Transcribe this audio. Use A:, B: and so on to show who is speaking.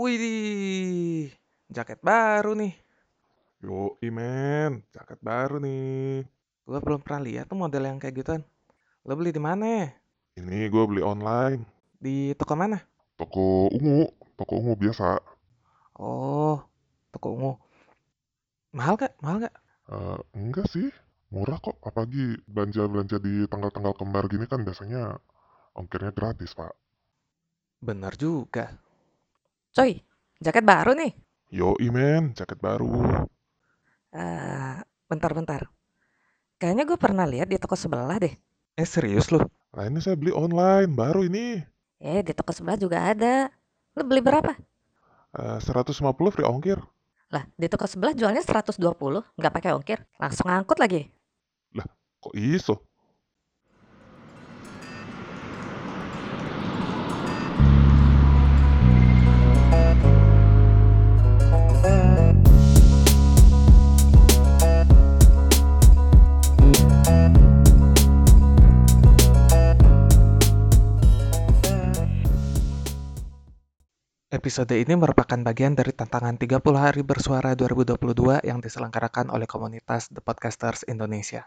A: Widih, jaket baru nih.
B: Yoi men, jaket baru nih.
A: Gua belum pernah lihat tuh model yang kayak gituan. Lo beli di mana ya?
B: Ini gue beli online.
A: Di toko mana?
B: Toko ungu, toko ungu biasa.
A: Oh, toko ungu. Mahal gak? Mahal gak?
B: Eh, enggak sih, murah kok. Apalagi belanja-belanja di tanggal-tanggal kembar gini kan biasanya ongkirnya gratis, Pak.
A: Bener juga.
C: Coy, jaket baru nih.
B: Yoi men, jaket baru.
C: Eh, bentar, bentar. Kayaknya gue pernah lihat di toko sebelah deh.
A: Eh serius lo?
B: Nah ini saya beli online, baru ini.
C: Eh, di toko sebelah juga ada. Lu beli berapa?
B: Eh, 150 free ongkir.
C: Lah, di toko sebelah jualnya 120, nggak pakai ongkir. Langsung angkut lagi.
B: Lah, kok iso?
A: Episode ini merupakan bagian dari tantangan 30 hari bersuara 2022 yang diselenggarakan oleh komunitas The Podcasters Indonesia.